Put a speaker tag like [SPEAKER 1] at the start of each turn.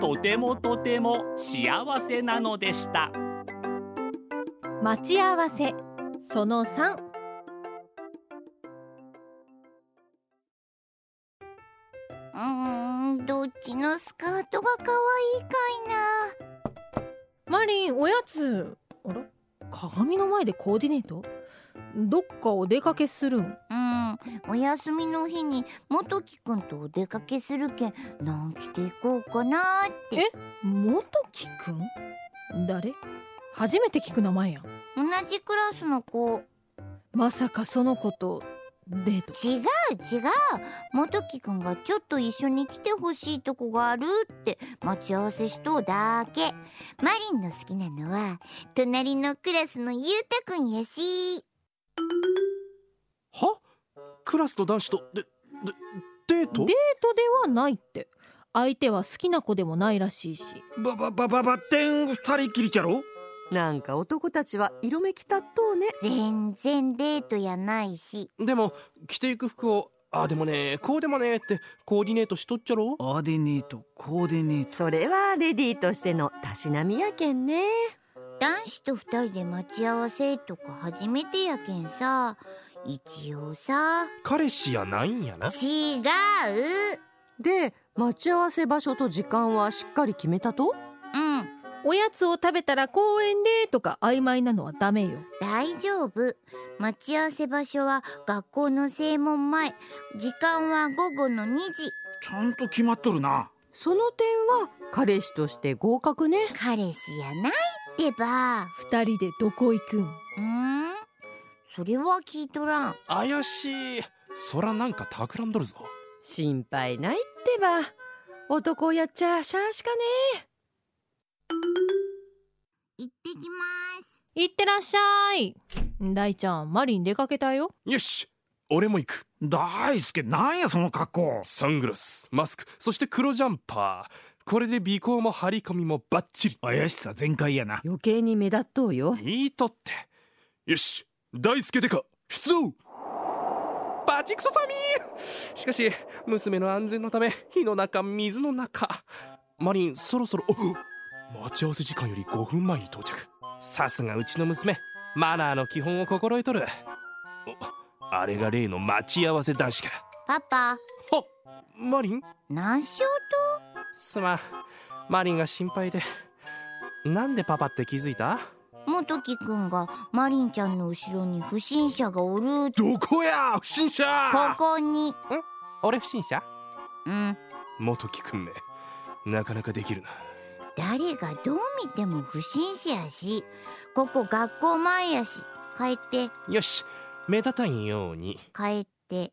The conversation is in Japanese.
[SPEAKER 1] とてもとても幸せなのでした
[SPEAKER 2] 待ち合わせその3
[SPEAKER 3] うーんどっちのスカートが可愛いかい
[SPEAKER 2] マリンおやつあら鏡の前でコーディネートどっかお出かけするん
[SPEAKER 3] なうんお休みの日に元木くんとお出かけするけん何着ていこうかなって
[SPEAKER 2] 元木くん誰初めて聞く名前やん
[SPEAKER 3] 同じクラスの子
[SPEAKER 2] まさかその子とデート
[SPEAKER 3] 違う違う元木くんがちょっと一緒に来てほしいとこがあるって待ち合わせしとうだけマリンの好きなのは隣のクラスのゆうたくんやし
[SPEAKER 4] はクラスの男子とででデー
[SPEAKER 2] デ
[SPEAKER 4] ト
[SPEAKER 2] ートではないって相手は好きな子でもないらしいし
[SPEAKER 4] ばばばばばってん二人きりじゃろ
[SPEAKER 5] なんか男たちは色めきたっとうね
[SPEAKER 3] 全然デートやないし
[SPEAKER 4] でも着ていく服をああでもねこうでもねってコーディネートしとっちゃろ
[SPEAKER 6] アディネートコーディネート
[SPEAKER 5] それはレディーとしてのたしなみやけんね
[SPEAKER 3] 男子と二人で待ち合わせとか初めてやけんさ一応さ
[SPEAKER 4] 彼氏やないんやな
[SPEAKER 3] 違う
[SPEAKER 5] で待ち合わせ場所と時間はしっかり決めたと
[SPEAKER 3] うん
[SPEAKER 2] おやつを食べたら公園でとか曖昧なのはダメよ
[SPEAKER 3] 大丈夫待ち合わせ場所は学校の正門前時間は午後の2時
[SPEAKER 6] ちゃんと決まっとるな
[SPEAKER 5] その点は彼氏として合格ね
[SPEAKER 3] 彼氏やないってばう
[SPEAKER 2] 二人でどこ行くん
[SPEAKER 3] ーんそれは聞いとらん
[SPEAKER 4] 怪しいそらなんか企んどるぞ
[SPEAKER 5] 心配ないってば男やっちゃしゃあしかね
[SPEAKER 3] 行ってきます
[SPEAKER 2] 行ってらっしゃい大ちゃんマリン出かけたよ
[SPEAKER 4] よし俺も行く
[SPEAKER 6] 大輔なんやその格好
[SPEAKER 4] サングラスマスクそして黒ジャンパーこれで尾行も張り込みもバッチリ
[SPEAKER 6] 怪しさ全開やな
[SPEAKER 5] 余計に目立っとうよ
[SPEAKER 4] いいとってよし大輔でか出動バチクソサミーしかし娘の安全のため火の中水の中マリンそろそろお待ち合わせ時間より5分前に到着さすがうちの娘マナーの基本を心得とるおあれが例の待ち合わせ男子か
[SPEAKER 3] パパ
[SPEAKER 4] はマリン
[SPEAKER 3] 何しよ
[SPEAKER 4] すまんマリンが心配でなんでパパって気づいた
[SPEAKER 3] うと元木くんがマリンちゃんの後ろに不審者がおる
[SPEAKER 4] どこや不審者
[SPEAKER 3] ここに
[SPEAKER 4] 俺不審者
[SPEAKER 3] うん
[SPEAKER 4] 元木君めなかなかできるな
[SPEAKER 3] 誰がどう見ても不審者やしここ学校前やし帰って
[SPEAKER 4] よし目立たんように
[SPEAKER 3] 帰って